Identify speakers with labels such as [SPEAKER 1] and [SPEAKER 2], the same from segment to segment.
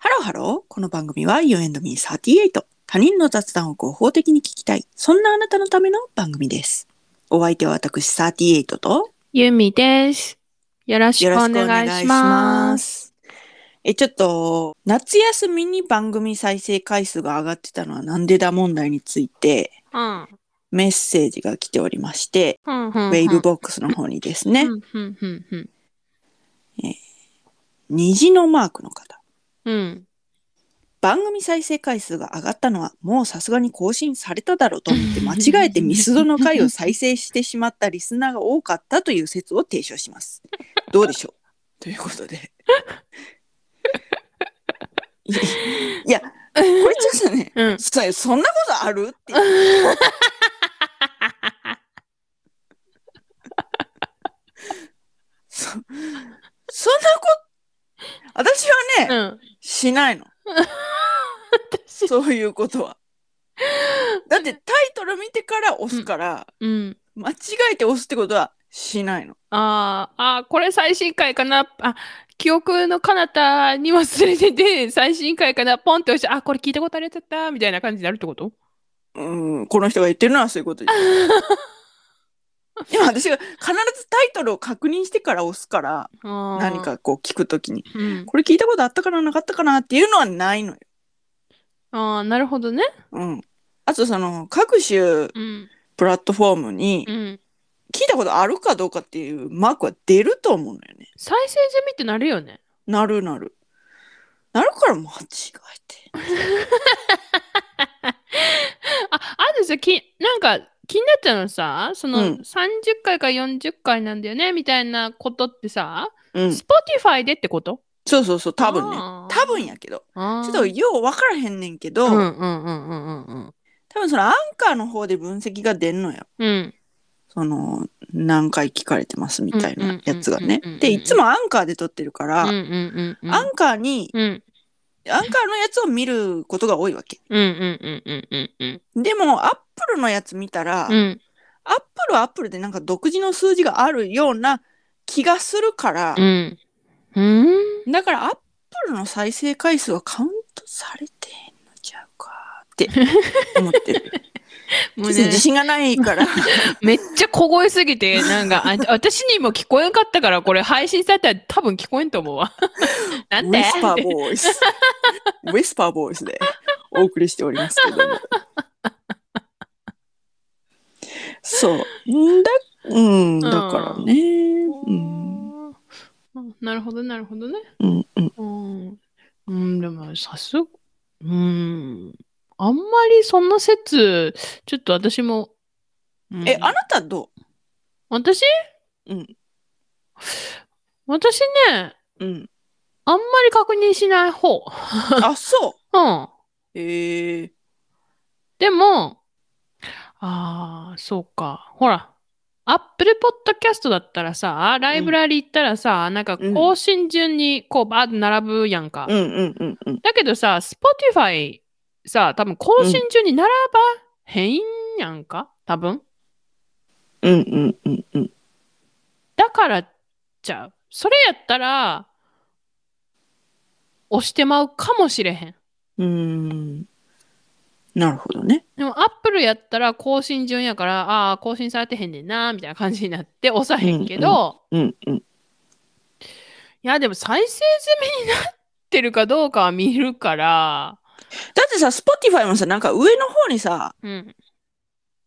[SPEAKER 1] ハロー。この番組は You and me38。他人の雑談を合法的に聞きたい。そんなあなたのための番組です。お相手は私38と
[SPEAKER 2] ゆみです。よろし
[SPEAKER 1] よ
[SPEAKER 2] く
[SPEAKER 1] ろ
[SPEAKER 2] お
[SPEAKER 1] しくお願
[SPEAKER 2] 願
[SPEAKER 1] い
[SPEAKER 2] いし
[SPEAKER 1] しま
[SPEAKER 2] ます。
[SPEAKER 1] す。え、ちょっと、夏休みに番組再生回数が上がってたのはなんでだ問題について
[SPEAKER 2] うん。
[SPEAKER 1] メッセージが来ておりまして、
[SPEAKER 2] うんう
[SPEAKER 1] ウ
[SPEAKER 2] ん。
[SPEAKER 1] ェーブボックスの方にですね、
[SPEAKER 2] うんうんうんうん。
[SPEAKER 1] 虹のマークの方。
[SPEAKER 2] うん。
[SPEAKER 1] 番組再生回数が上がったのはもうさすがに更新されただろうと思って間違えてミスドの回を再生してしまったリスナーが多かったという説を提唱し ます。どうでしょうということで。いいや、これちょっとね、
[SPEAKER 2] うん。
[SPEAKER 1] そそんなことあるっていうそそんなこと、私はね、
[SPEAKER 2] うん。
[SPEAKER 1] しないの。
[SPEAKER 2] 私
[SPEAKER 1] そういうことは。だってタイトル見てから押すから、
[SPEAKER 2] うん。
[SPEAKER 1] 間違えて押すってことはしないの。
[SPEAKER 2] あーあー、これ最新回かな。あ、記憶の彼方に忘れてて、最新回かな。ポンって押して、あ、これ聞いたことあるやつだった、みたいな感じになるってこと
[SPEAKER 1] うん、この人が言ってるのはそういうことです。でも私が必ずタイトルを確認してから押すから、
[SPEAKER 2] 何
[SPEAKER 1] 何。かこう聞くときに、
[SPEAKER 2] うん。
[SPEAKER 1] これ聞いたことあったかな、なかったかなっていうのはないのよ。
[SPEAKER 2] ああ、なるほどね。
[SPEAKER 1] うん。あとその、各種
[SPEAKER 2] うん。
[SPEAKER 1] プラットフォームに
[SPEAKER 2] う、ん。
[SPEAKER 1] 聞いたことあるかどうかっていうマークは出ると思うのよね。
[SPEAKER 2] 再生済みってなるよね。
[SPEAKER 1] なるなる。なるから間違えて。
[SPEAKER 2] あ、あとさ、き、なんか気になったのさ、その
[SPEAKER 1] うん
[SPEAKER 2] 30回か40回なんだよね、みたいなことってさ、
[SPEAKER 1] うん。
[SPEAKER 2] Spotify でってこと
[SPEAKER 1] そうそうそう、多分ね。
[SPEAKER 2] あー
[SPEAKER 1] 多分やけど、
[SPEAKER 2] あー
[SPEAKER 1] ちょっとよう分からへんねんけど、
[SPEAKER 2] うんうんうんうんうんうん。
[SPEAKER 1] 多分そのアンカーの方で分析が出んのよ。
[SPEAKER 2] うん。
[SPEAKER 1] その、何回聞かれてますみたいなやつがね
[SPEAKER 2] うんうんうんうんうんうん。
[SPEAKER 1] で、いつもアンカーで撮ってるから、
[SPEAKER 2] うんうんうんうん。
[SPEAKER 1] アンカーに、
[SPEAKER 2] うん
[SPEAKER 1] アンカーのやつを見ることが多いわけ。
[SPEAKER 2] うんうんうんうんうんうん
[SPEAKER 1] でも、アップルのやつ見たら、
[SPEAKER 2] うん
[SPEAKER 1] アップルはアップルでなんか独自の数字があるような気がするから、
[SPEAKER 2] うんうん
[SPEAKER 1] だからアップルの再生回数はカウントされてへんのちゃうかって思ってる。
[SPEAKER 2] も う
[SPEAKER 1] 別に
[SPEAKER 2] ね
[SPEAKER 1] 自信がないから。
[SPEAKER 2] めっちゃ小声すぎてなんかあ私にも聞こえんかったからこれ配信されたら多分聞こえんと思うわ なんで
[SPEAKER 1] ウィスパ ーボイス。ウィスパーボイスでお送りしておりますけども。そう。んだ、うん、だからね。うん、
[SPEAKER 2] うんなるほどなるほどね
[SPEAKER 1] うん、うん。
[SPEAKER 2] うん、うん、でもさすが、うん、あんまりそんな説、ちょっと私も、うん
[SPEAKER 1] え、あなたど
[SPEAKER 2] 私
[SPEAKER 1] ううん、
[SPEAKER 2] 私ね、
[SPEAKER 1] うん。
[SPEAKER 2] あんまり確認しない方。
[SPEAKER 1] あ、そう。
[SPEAKER 2] うん。
[SPEAKER 1] えー、
[SPEAKER 2] でも、ああ、そうか。ほら、Apple Podcast だったらさ、ライブラリ行ったらさ、なんか
[SPEAKER 1] うん
[SPEAKER 2] 更新順にこうバーって並ぶやんか。
[SPEAKER 1] うん、うん、うん、うん。
[SPEAKER 2] だけどさ、Spotify さ、多分更新中にならばへんやんか、多分。
[SPEAKER 1] うん、うん、うん、うん。
[SPEAKER 2] だからちゃう。それやったら、押してまうかもしれへん。
[SPEAKER 1] うーん。なるほどね。
[SPEAKER 2] でも、アップルやったら更新順やから、ああー、更新されてへんねんな、みたいな感じになって押さへんけど、
[SPEAKER 1] うん、うん。
[SPEAKER 2] いや、でも再生済みになってるかどうかは見るから、
[SPEAKER 1] だってさ、Spotify もさ、なんか上の方にさ、
[SPEAKER 2] うん。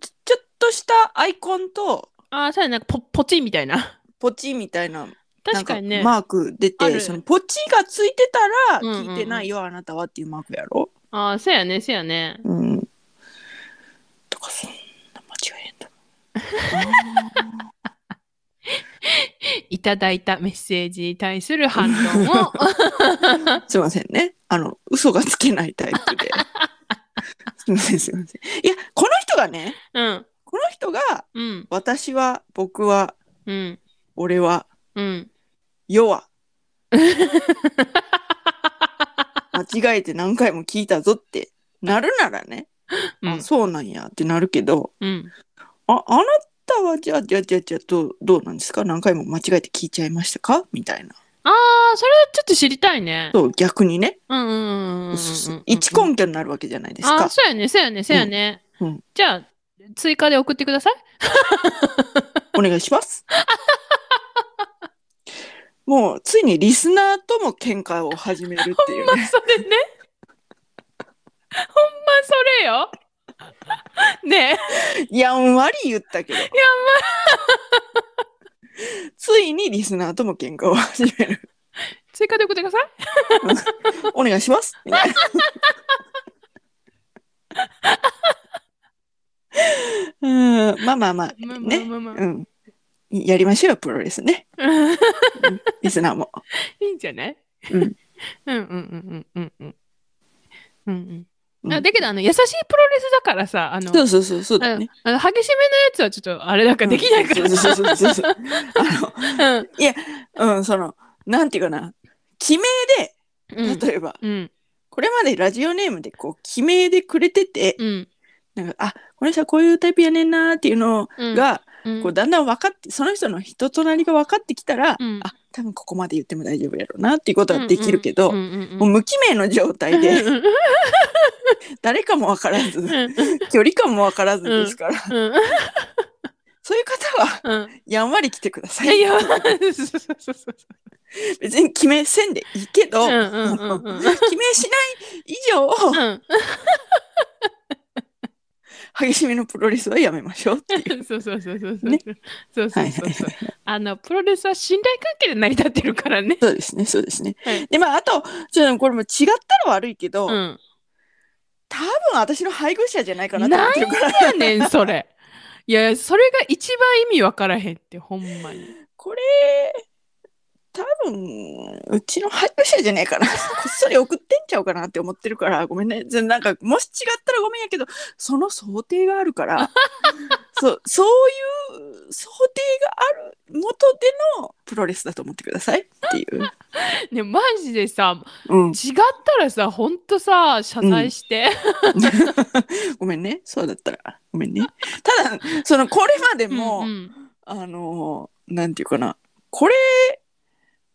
[SPEAKER 1] ちちょっとしたアイコンと、
[SPEAKER 2] ああ、さやなんかポ、ポチみたいな。
[SPEAKER 1] ポチみたいな
[SPEAKER 2] 確かに
[SPEAKER 1] な
[SPEAKER 2] ね。
[SPEAKER 1] んマーク出
[SPEAKER 2] あ
[SPEAKER 1] て
[SPEAKER 2] る
[SPEAKER 1] そのポチがついてたら
[SPEAKER 2] うんうんうん
[SPEAKER 1] 聞いてないよ、あなたはっていうマークやろ
[SPEAKER 2] ああ、そうやね、そうやね。
[SPEAKER 1] うんとかそんな間違えへんだ
[SPEAKER 2] いただいたメッセージに対する反応 を。
[SPEAKER 1] あーすいませんねあの嘘がつけないタイプ ですいませんすいませんいやこの人がね
[SPEAKER 2] うん、
[SPEAKER 1] この人が
[SPEAKER 2] うん、
[SPEAKER 1] 私は僕は
[SPEAKER 2] うん、
[SPEAKER 1] 俺は
[SPEAKER 2] うん。
[SPEAKER 1] 世 は間違えて何回も聞いたぞってなるならね、
[SPEAKER 2] う
[SPEAKER 1] あ
[SPEAKER 2] ん、
[SPEAKER 1] そうなんやってなるけど、
[SPEAKER 2] うん。
[SPEAKER 1] あ、あなたはじゃあ、じゃあ、じゃあ、じゃあ、どう、どうなんですか何回も間違えて聞いちゃいましたかみたいな。
[SPEAKER 2] ああ、それちょっと知りたいね。
[SPEAKER 1] そう逆にね、
[SPEAKER 2] うんうんうんうんうんうん。
[SPEAKER 1] 一根拠になるわけじゃないです
[SPEAKER 2] あ
[SPEAKER 1] か
[SPEAKER 2] ー、。そうやね、そうやね、そうやね。
[SPEAKER 1] うんうん
[SPEAKER 2] じゃあ、追加で送ってく ださい。
[SPEAKER 1] お願いします。 もうついにリスナーとも喧嘩を始めるって いうね。
[SPEAKER 2] それね。ほんまそれよ。ね
[SPEAKER 1] やんわり言ったけど。やんわ ついにリスナーとも喧嘩を始める。
[SPEAKER 2] え、追加で送ってください。
[SPEAKER 1] お願いします。みたいな うん、まあまあまあ、
[SPEAKER 2] まあ
[SPEAKER 1] ね。
[SPEAKER 2] まあまあま
[SPEAKER 1] う
[SPEAKER 2] あ
[SPEAKER 1] ん。やりましょうよ、プロレスね。
[SPEAKER 2] うん
[SPEAKER 1] リスナーも。
[SPEAKER 2] いいんじゃない
[SPEAKER 1] うん
[SPEAKER 2] うんうんうんうんうんうん。うん
[SPEAKER 1] う
[SPEAKER 2] うんん、あだけどあの優しいプロレスだからさあの
[SPEAKER 1] そうそうそう、そうだよね。
[SPEAKER 2] あの激しめのやつはちょっとあれなんかできないか
[SPEAKER 1] うんそうそうそうそう。
[SPEAKER 2] ら。うん
[SPEAKER 1] あの、うん、その、なんていうかな。記名で、
[SPEAKER 2] うん
[SPEAKER 1] 例えば、
[SPEAKER 2] うん
[SPEAKER 1] これまでラジオネームでこう、記名でくれてて、
[SPEAKER 2] うん
[SPEAKER 1] なんか、あ、この人はこういうタイプやねんなーっていうの
[SPEAKER 2] うん
[SPEAKER 1] が、
[SPEAKER 2] うん
[SPEAKER 1] こう、だんだん分かって、その人の人となりが分かってきたら、
[SPEAKER 2] うん
[SPEAKER 1] あ、多分ここまで言っても大丈夫やろうなっていうことはできるけど、
[SPEAKER 2] うんうんうん
[SPEAKER 1] もう無記名の状態 で、
[SPEAKER 2] うん
[SPEAKER 1] 誰かも分からず、
[SPEAKER 2] うん
[SPEAKER 1] 距離感も分からずですから、
[SPEAKER 2] うん
[SPEAKER 1] そういう方は、
[SPEAKER 2] うん
[SPEAKER 1] やんわり来てくださ
[SPEAKER 2] いや
[SPEAKER 1] い。
[SPEAKER 2] いやそうそうそうそう
[SPEAKER 1] 別に決めせんでいいけど、
[SPEAKER 2] うんうんうん うん
[SPEAKER 1] 決めしない以上、
[SPEAKER 2] うん
[SPEAKER 1] 激しめのプロレスはやめましょうっていう。
[SPEAKER 2] そうそうそうそうそう、
[SPEAKER 1] ね
[SPEAKER 2] そうそうそうそうあのプロレスは信頼関係で成り立ってるからね。
[SPEAKER 1] そうですね、そうですね。
[SPEAKER 2] はい
[SPEAKER 1] で、まあ、あと、ちょっとこれも違ったら悪いけど、
[SPEAKER 2] うん。
[SPEAKER 1] 多分私の配偶者じゃないかなと思ってるから、
[SPEAKER 2] なんやねんそれ。いやそれが一番意味わからへんってほんまに。
[SPEAKER 1] これ、多分、うちの配偶者じゃないか な。こっそり送ってんちゃうかなって思ってるから、ごめんね。ぜなんか、もし違ったらごめんやけど、その想定があるから、 そう、そういう想定がある元でのプロレスだと思ってくださいっていう。
[SPEAKER 2] ねマジでさ
[SPEAKER 1] うん
[SPEAKER 2] 違ったらさほんとさ謝罪して。
[SPEAKER 1] ごめんね。そうだったら。ごめんね。ただ、その、これまでも、
[SPEAKER 2] うんうん
[SPEAKER 1] あのー、なんていうかな。これ、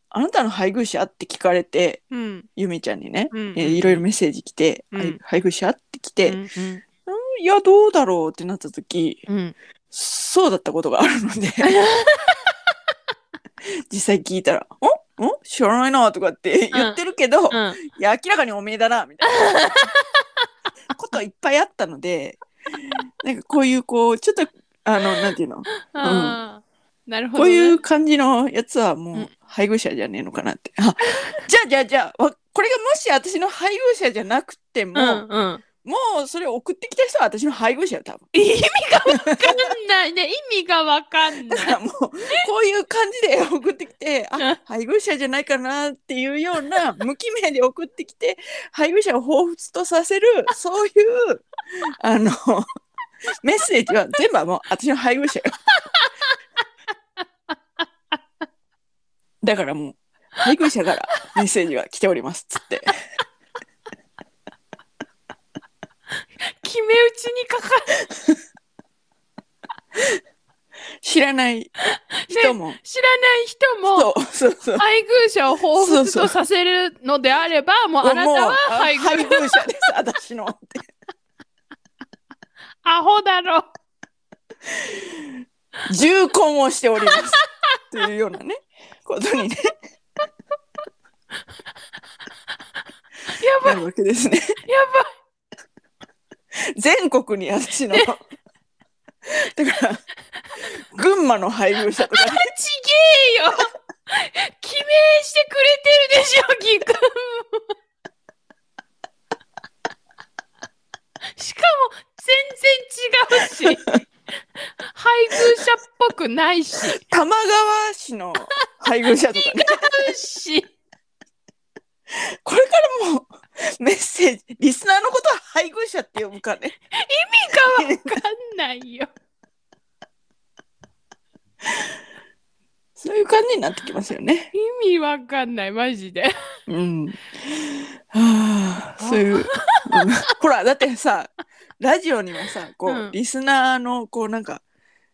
[SPEAKER 1] あなたの配偶者って聞かれて、
[SPEAKER 2] うん
[SPEAKER 1] ゆめちゃんにね、
[SPEAKER 2] うん
[SPEAKER 1] えーいろいろメッセージ来て、
[SPEAKER 2] うん
[SPEAKER 1] はい配偶者って来
[SPEAKER 2] う
[SPEAKER 1] て、
[SPEAKER 2] んうん
[SPEAKER 1] いや、どうだろうってなった時、
[SPEAKER 2] うん
[SPEAKER 1] そうだったことがあるの で、実際聞いたら、んん知らないなとかって言ってるけど、
[SPEAKER 2] うん
[SPEAKER 1] いや、明らかにおめえだな、みたい なこといっぱいあったので、なんかこういう、こう、ちょっと、あの、なんていうの、
[SPEAKER 2] あーなるほ
[SPEAKER 1] こう
[SPEAKER 2] どね。
[SPEAKER 1] いう感じのやつはも
[SPEAKER 2] う
[SPEAKER 1] うん配偶者じゃねえのかなって。あじゃあじゃあじゃあ、わこれがもし私の配偶者じゃなくても、
[SPEAKER 2] うんうん。
[SPEAKER 1] もうそれ送ってきた人は私の配偶者よ、多分。
[SPEAKER 2] 意味がわかんないね意味がわかんな
[SPEAKER 1] だ
[SPEAKER 2] い
[SPEAKER 1] か。らもう、こういう感じで 送ってきて、
[SPEAKER 2] うん
[SPEAKER 1] あ、配偶者じゃないかなっていうような、無記名で送ってきて、配偶者を彷彿とさ せる、そういう、あの、メッセージは全部はもう私の配偶 者よ。だからもう、配偶者からメッセージは来ております、つって。
[SPEAKER 2] 決め打ちにかか
[SPEAKER 1] 知らない人も。
[SPEAKER 2] 知らない人も
[SPEAKER 1] そうそうそう。
[SPEAKER 2] 配偶者を彷
[SPEAKER 1] そう
[SPEAKER 2] 彿
[SPEAKER 1] そう
[SPEAKER 2] とさせるのであればもうあなた
[SPEAKER 1] もう
[SPEAKER 2] は
[SPEAKER 1] あ
[SPEAKER 2] 配偶
[SPEAKER 1] 配偶者です、私の。って
[SPEAKER 2] アホだろ
[SPEAKER 1] 重婚をしております。というようなね、ことにね、
[SPEAKER 2] やば
[SPEAKER 1] ないるわけですね。
[SPEAKER 2] や
[SPEAKER 1] 全国に私の。だから、群馬の配偶者とかね、
[SPEAKER 2] ばいちげえよ決めしてくれてるでしょギくんしかも全然違うし配偶者っぽくないし
[SPEAKER 1] 玉川市の配偶者とかね、
[SPEAKER 2] ないし
[SPEAKER 1] これからもメッセージ、リスナーのことは配偶者って呼ぶからね。
[SPEAKER 2] 意味がわかんないよ
[SPEAKER 1] そういう感じになってきますよね。
[SPEAKER 2] 意味わかんないマジで
[SPEAKER 1] うん。はあ、そういう。うん ほら、だってさ、ラジオにもさ、こう、
[SPEAKER 2] うん
[SPEAKER 1] リスナーの、こう、なんか、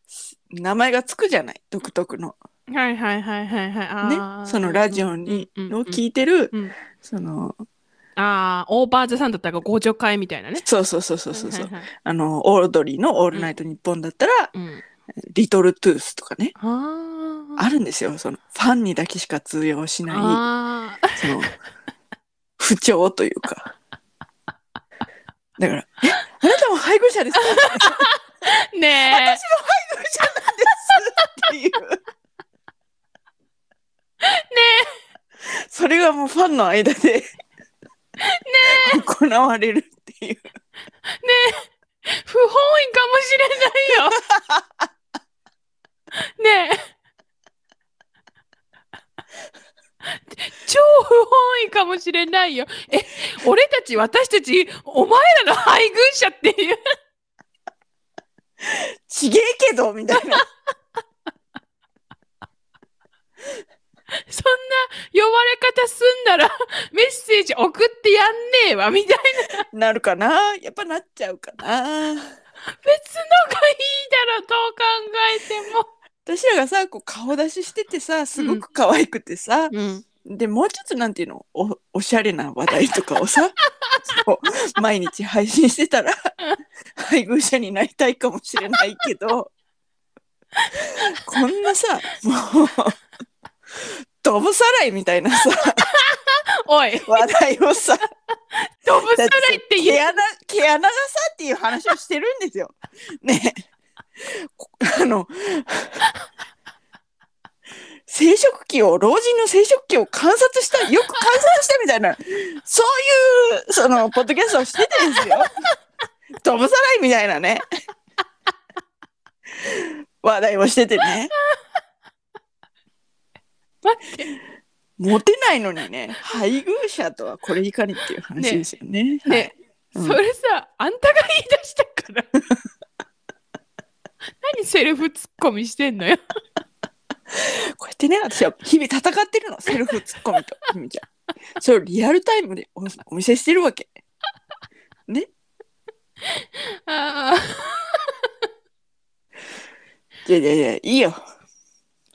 [SPEAKER 1] す名前がつくじゃない、独特の。
[SPEAKER 2] はいはいはいはいはい。
[SPEAKER 1] ね、そのラジ
[SPEAKER 2] を
[SPEAKER 1] オに、を
[SPEAKER 2] い
[SPEAKER 1] 聞いてる、
[SPEAKER 2] うん
[SPEAKER 1] その
[SPEAKER 2] ああ、オーバーザさんだったらご助会みたいなね。
[SPEAKER 1] そうそうそうそうそうそう、
[SPEAKER 2] はいはいはい
[SPEAKER 1] あのオードリーの「オールナイトニッポン」だったら「
[SPEAKER 2] うん。
[SPEAKER 1] リトルトゥース」とかね
[SPEAKER 2] あ
[SPEAKER 1] あるんですよそのファンにだけしか通用しな
[SPEAKER 2] あ
[SPEAKER 1] いその不調という かだから「えあなたも配偶者ですか?」
[SPEAKER 2] あ。ね
[SPEAKER 1] 配偶者なんですっていうそれがもうファンの間でね行われるっていう
[SPEAKER 2] え、不本意かもしれないよ。 ねえ。超不本意かもしれないよ。え、俺たち、私たち、お前らの配偶者っていう。
[SPEAKER 1] ちげえけどみたいな
[SPEAKER 2] そんな呼ばれ方すんならメッセージ送ってやんねえわみたい
[SPEAKER 1] なるかなやっぱなっちゃうかな
[SPEAKER 2] な別のがいいだろどう考えても。
[SPEAKER 1] 私らがさこう顔出ししててさすごく可愛くてさ、
[SPEAKER 2] うん、
[SPEAKER 1] でもうちょっとなんていうのおおしゃれな話題とかをさこう毎日配信してたら配偶者になりたいかもしれないけどこんなさもうどぶさらいみたいなさ
[SPEAKER 2] おい
[SPEAKER 1] 話題をさ
[SPEAKER 2] ドブさらいって言
[SPEAKER 1] 毛
[SPEAKER 2] え
[SPEAKER 1] 穴毛穴がさっていう話をしてるんですよ。ねえこあの生殖器を老人の生殖器を観察したよく観察したみたいなそういうそのポッドキャストをしててですよ。どぶさらいみたいなね話題をしててね。
[SPEAKER 2] 待
[SPEAKER 1] モテないのにね配偶者とはこれいかにっていう話ですよね。はい
[SPEAKER 2] ね、
[SPEAKER 1] うん
[SPEAKER 2] それさあんたが言い出したから 何セルフツッコミしてんのよ
[SPEAKER 1] こうやってね、私は日々戦ってるの、セルフツッコミ と、ひみちゃん。それをリアルタイムでおお見せしてるわけ。
[SPEAKER 2] あー
[SPEAKER 1] いやいやいや、いいよ。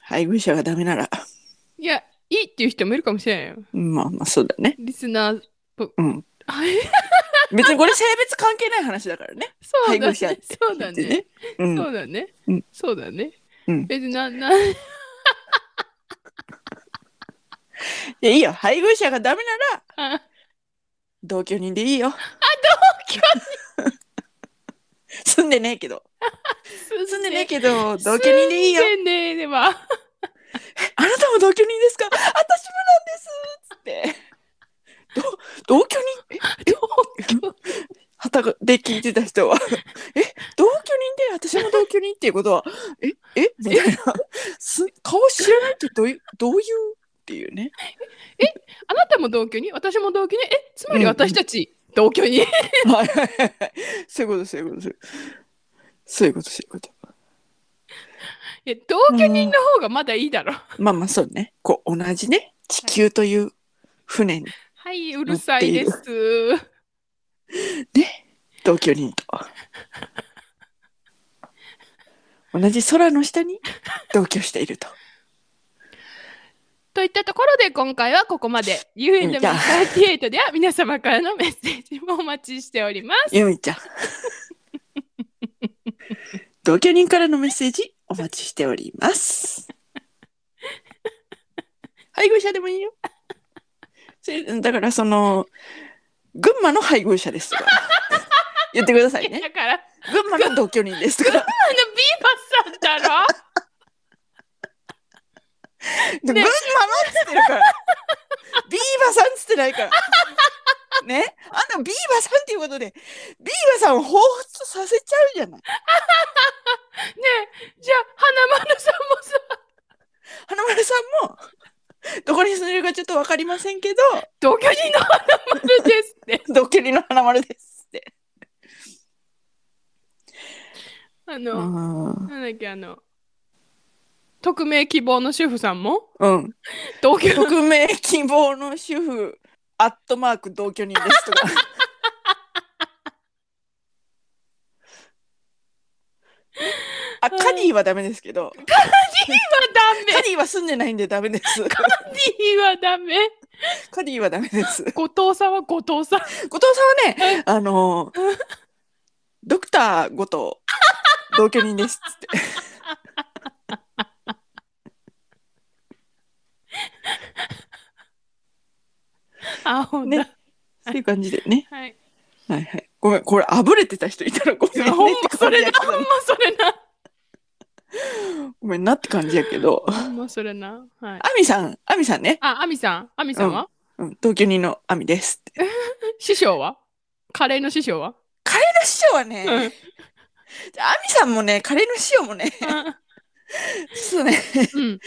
[SPEAKER 1] 配偶者がダメなら、
[SPEAKER 2] いやいいっていう人もいるかもしれないよ
[SPEAKER 1] まあまあそうだね。
[SPEAKER 2] リスナー
[SPEAKER 1] うん。
[SPEAKER 2] あえ
[SPEAKER 1] 別にこれ性別関係ない話だからね。
[SPEAKER 2] そう
[SPEAKER 1] 配
[SPEAKER 2] だ
[SPEAKER 1] 偶
[SPEAKER 2] ね
[SPEAKER 1] 者って
[SPEAKER 2] そうだね。
[SPEAKER 1] うん。
[SPEAKER 2] そうだね
[SPEAKER 1] うん。
[SPEAKER 2] そうだね
[SPEAKER 1] うん。
[SPEAKER 2] 別にな、な、
[SPEAKER 1] いや、いいよ。配偶者がダメなら、
[SPEAKER 2] あ
[SPEAKER 1] 同居人でいいよ。あ、同居人 住んでねえけど。住んでねえけど、同居人でいいよ。
[SPEAKER 2] 住んでねえわ。
[SPEAKER 1] あなたも同居人ですか私もなんですつって。ど同居人
[SPEAKER 2] 同居
[SPEAKER 1] はたで聞いてた人はえ同居人で私も同居人っていうことはええみたいなす顔知らないってどういうどういうっていうね
[SPEAKER 2] あなたも同居人私も同居人え、つまり私たち同 居人
[SPEAKER 1] はいはいはいはいそういうことそういうことそういうことそういうこと
[SPEAKER 2] いや、同居人の方がまだいいだろ。
[SPEAKER 1] まあまあそうねこう同じね地球という船に
[SPEAKER 2] はい、うるさいです。
[SPEAKER 1] 同居人と同じ空の下に同居していると
[SPEAKER 2] といったところで今回はここまで。
[SPEAKER 1] じゃあ
[SPEAKER 2] U&M38 では皆様からのメッセージもお待ちしております。
[SPEAKER 1] ゆみちゃん同居人からのメッセージお待ちしております配偶者でもいいよそれだからその群馬の配偶者ですとか言ってくださいね
[SPEAKER 2] だから、あの
[SPEAKER 1] 群馬の同居人ですとか
[SPEAKER 2] ビーバーさんだろ
[SPEAKER 1] 群馬のっつってる からビーバさんっつってないからねあんたビーバさんっていうことでビーバさんを彷彿とさせちゃうじゃない
[SPEAKER 2] ねえ、じゃあ、花丸さんもさ、
[SPEAKER 1] 花丸さんもどこに住んでるかちょっと分かりませんけ
[SPEAKER 2] 同居人の花丸ですって。
[SPEAKER 1] どドッキリの花丸ですって。
[SPEAKER 2] あ
[SPEAKER 1] う
[SPEAKER 2] の、
[SPEAKER 1] ん
[SPEAKER 2] なんだっけ、あの、匿名希望の主婦さんも
[SPEAKER 1] うん、
[SPEAKER 2] 同居
[SPEAKER 1] 匿名希望の主婦アットマーク同居人です とかアあ、カディはダメですけど、
[SPEAKER 2] ダ メ
[SPEAKER 1] カディは住んでないんでダメです。
[SPEAKER 2] カディはダメ
[SPEAKER 1] カディはダメです。
[SPEAKER 2] 後藤さんは後藤さん
[SPEAKER 1] 後藤さんはね、あの、ドクター後藤、同居人ですっつ って。
[SPEAKER 2] あほんだ、
[SPEAKER 1] ね。そういう感じでね。
[SPEAKER 2] はい
[SPEAKER 1] はいはい。ごめん、これ、あぶれてた人いたらご めんね
[SPEAKER 2] ほんま
[SPEAKER 1] って
[SPEAKER 2] そ
[SPEAKER 1] 感じ
[SPEAKER 2] れ
[SPEAKER 1] や
[SPEAKER 2] な
[SPEAKER 1] けど
[SPEAKER 2] ほんまそれな
[SPEAKER 1] ごめんなって感じやけど。
[SPEAKER 2] ほんまそれなは
[SPEAKER 1] ア
[SPEAKER 2] い
[SPEAKER 1] ミさん、アミさんね。
[SPEAKER 2] あアミさんアミさんは、
[SPEAKER 1] うん、同居人のアミですって。
[SPEAKER 2] 師匠はカレーの師匠は、
[SPEAKER 1] カレーの師匠は
[SPEAKER 2] う
[SPEAKER 1] ね、
[SPEAKER 2] ん、
[SPEAKER 1] アミさんもね、カレーの師匠もね、 ちょっとね、
[SPEAKER 2] うん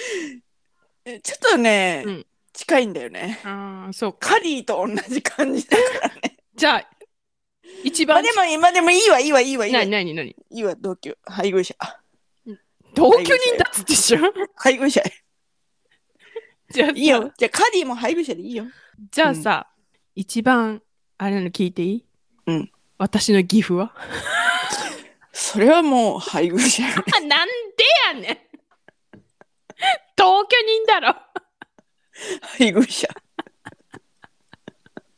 [SPEAKER 1] ちょっとね、
[SPEAKER 2] うん
[SPEAKER 1] 近いんだよね。
[SPEAKER 2] あーそうか
[SPEAKER 1] カリーと同じ感 じだからね。
[SPEAKER 2] じゃあ一
[SPEAKER 1] まあ
[SPEAKER 2] 番
[SPEAKER 1] でも、今でもいいわ、いいわ、いいわ、いいわ。
[SPEAKER 2] 何
[SPEAKER 1] い
[SPEAKER 2] 何何
[SPEAKER 1] いわ、同居。配偶者。
[SPEAKER 2] 同居人だっつってしょ
[SPEAKER 1] 配偶者。
[SPEAKER 2] じゃあ
[SPEAKER 1] いいよ。じゃあ、カリーも配偶者でいいよ。
[SPEAKER 2] じゃあさ、一番あれなの聞いていい
[SPEAKER 1] うん
[SPEAKER 2] 私の義父は
[SPEAKER 1] それはもう配偶者。
[SPEAKER 2] なんでやねん同居人だろ
[SPEAKER 1] 配偶者。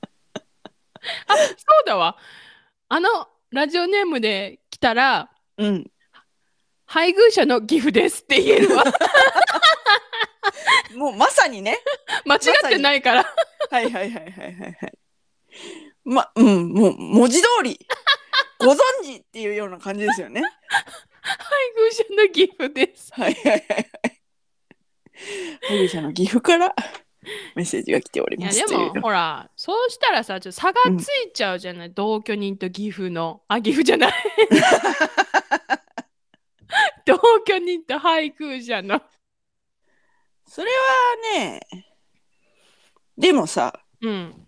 [SPEAKER 2] あそうだわあのラジオネームで来たら
[SPEAKER 1] うん。
[SPEAKER 2] 配偶者の義父ですって言えるわ
[SPEAKER 1] もうまさにね。
[SPEAKER 2] 間違ってないから
[SPEAKER 1] はいはいはいはいはいはい。ま、うん、もう文字通り、ご存知っていうような感じですよね。
[SPEAKER 2] 配偶者の義父です
[SPEAKER 1] はいはいはいはい。配偶者の岐阜からメッセージが来ており
[SPEAKER 2] い
[SPEAKER 1] ま
[SPEAKER 2] や
[SPEAKER 1] す
[SPEAKER 2] で
[SPEAKER 1] という
[SPEAKER 2] もほらそうしたらさちょっと差がついちゃうじゃない、同居人と義父のあ義父じゃない 同居人と配偶者の
[SPEAKER 1] それはね、でもさ、
[SPEAKER 2] うん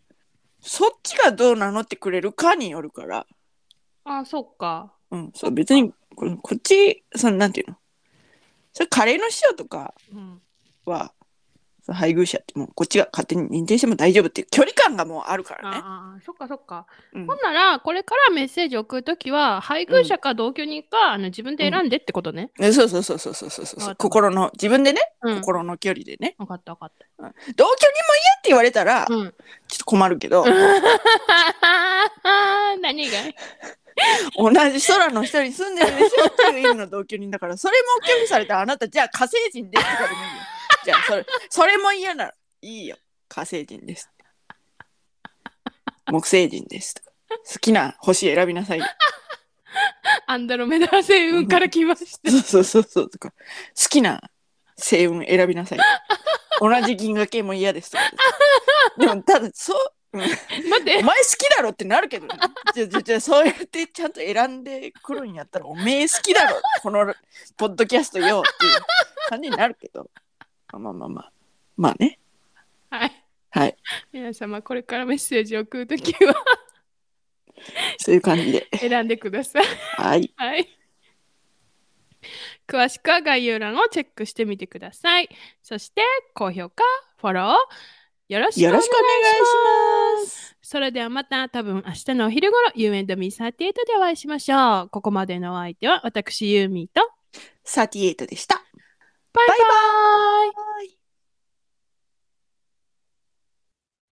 [SPEAKER 1] そっちがどう名乗ってくれるかによるから、
[SPEAKER 2] あそっか
[SPEAKER 1] うん、そう別にここっち、そのなんていうの、それカレーの師匠とか
[SPEAKER 2] うん
[SPEAKER 1] は、その配偶者ってもうこっちが勝手に認定しても大丈夫っていう距離感がもうあるからね。
[SPEAKER 2] ああそっかそっか、
[SPEAKER 1] うん
[SPEAKER 2] ほんならこれからメッセージ送るときは配偶者か同居人か、あの自分で選んでってことね、
[SPEAKER 1] ねそうそうそうそうそうそうそう
[SPEAKER 2] わかった
[SPEAKER 1] 心の自分でね、
[SPEAKER 2] うん、
[SPEAKER 1] 心の距離でね
[SPEAKER 2] 分かった分かっ
[SPEAKER 1] 同居人も嫌って言われたら、
[SPEAKER 2] た、うん、
[SPEAKER 1] ちょっと困るけど、
[SPEAKER 2] 何が
[SPEAKER 1] 同じ空の下に住んでるでしょっていう意味の同居人だからそれも拒否されたらあなたじゃあ火星人ですとかでもいいよじゃあそれそれも嫌ならいいよ火星人です木星人ですとか好きな星選びなさいよ
[SPEAKER 2] アンドロメダ星雲から来ました
[SPEAKER 1] そうそうそうそうとか好きな星雲選びなさいよ同じ銀河系も嫌ですとかでもただそう
[SPEAKER 2] 待って
[SPEAKER 1] お前好きだろってなる けどね、じゃじゃじゃそうやってちゃんと選んでくるんやったらおめえ好きだろこのポッドキャストよっていう感じになるけどまあまあまあまあね
[SPEAKER 2] はい
[SPEAKER 1] はい
[SPEAKER 2] 皆様これからメッセージを送るときは
[SPEAKER 1] そういう感じで
[SPEAKER 2] 選んでくだ さい。
[SPEAKER 1] はい
[SPEAKER 2] はい。詳しくは概要欄をチェックしてみてください。そして高評価、フォローよろしくお
[SPEAKER 1] よ
[SPEAKER 2] 願
[SPEAKER 1] ろ
[SPEAKER 2] い
[SPEAKER 1] し
[SPEAKER 2] し
[SPEAKER 1] く
[SPEAKER 2] ます。
[SPEAKER 1] お願いします
[SPEAKER 2] それではまた多分明日のお昼頃 You and me38 でお会いしましょう。ここまでのお相手は私ユーミーと
[SPEAKER 1] 38でした
[SPEAKER 2] バイバ
[SPEAKER 1] バイ
[SPEAKER 2] イ
[SPEAKER 1] バイ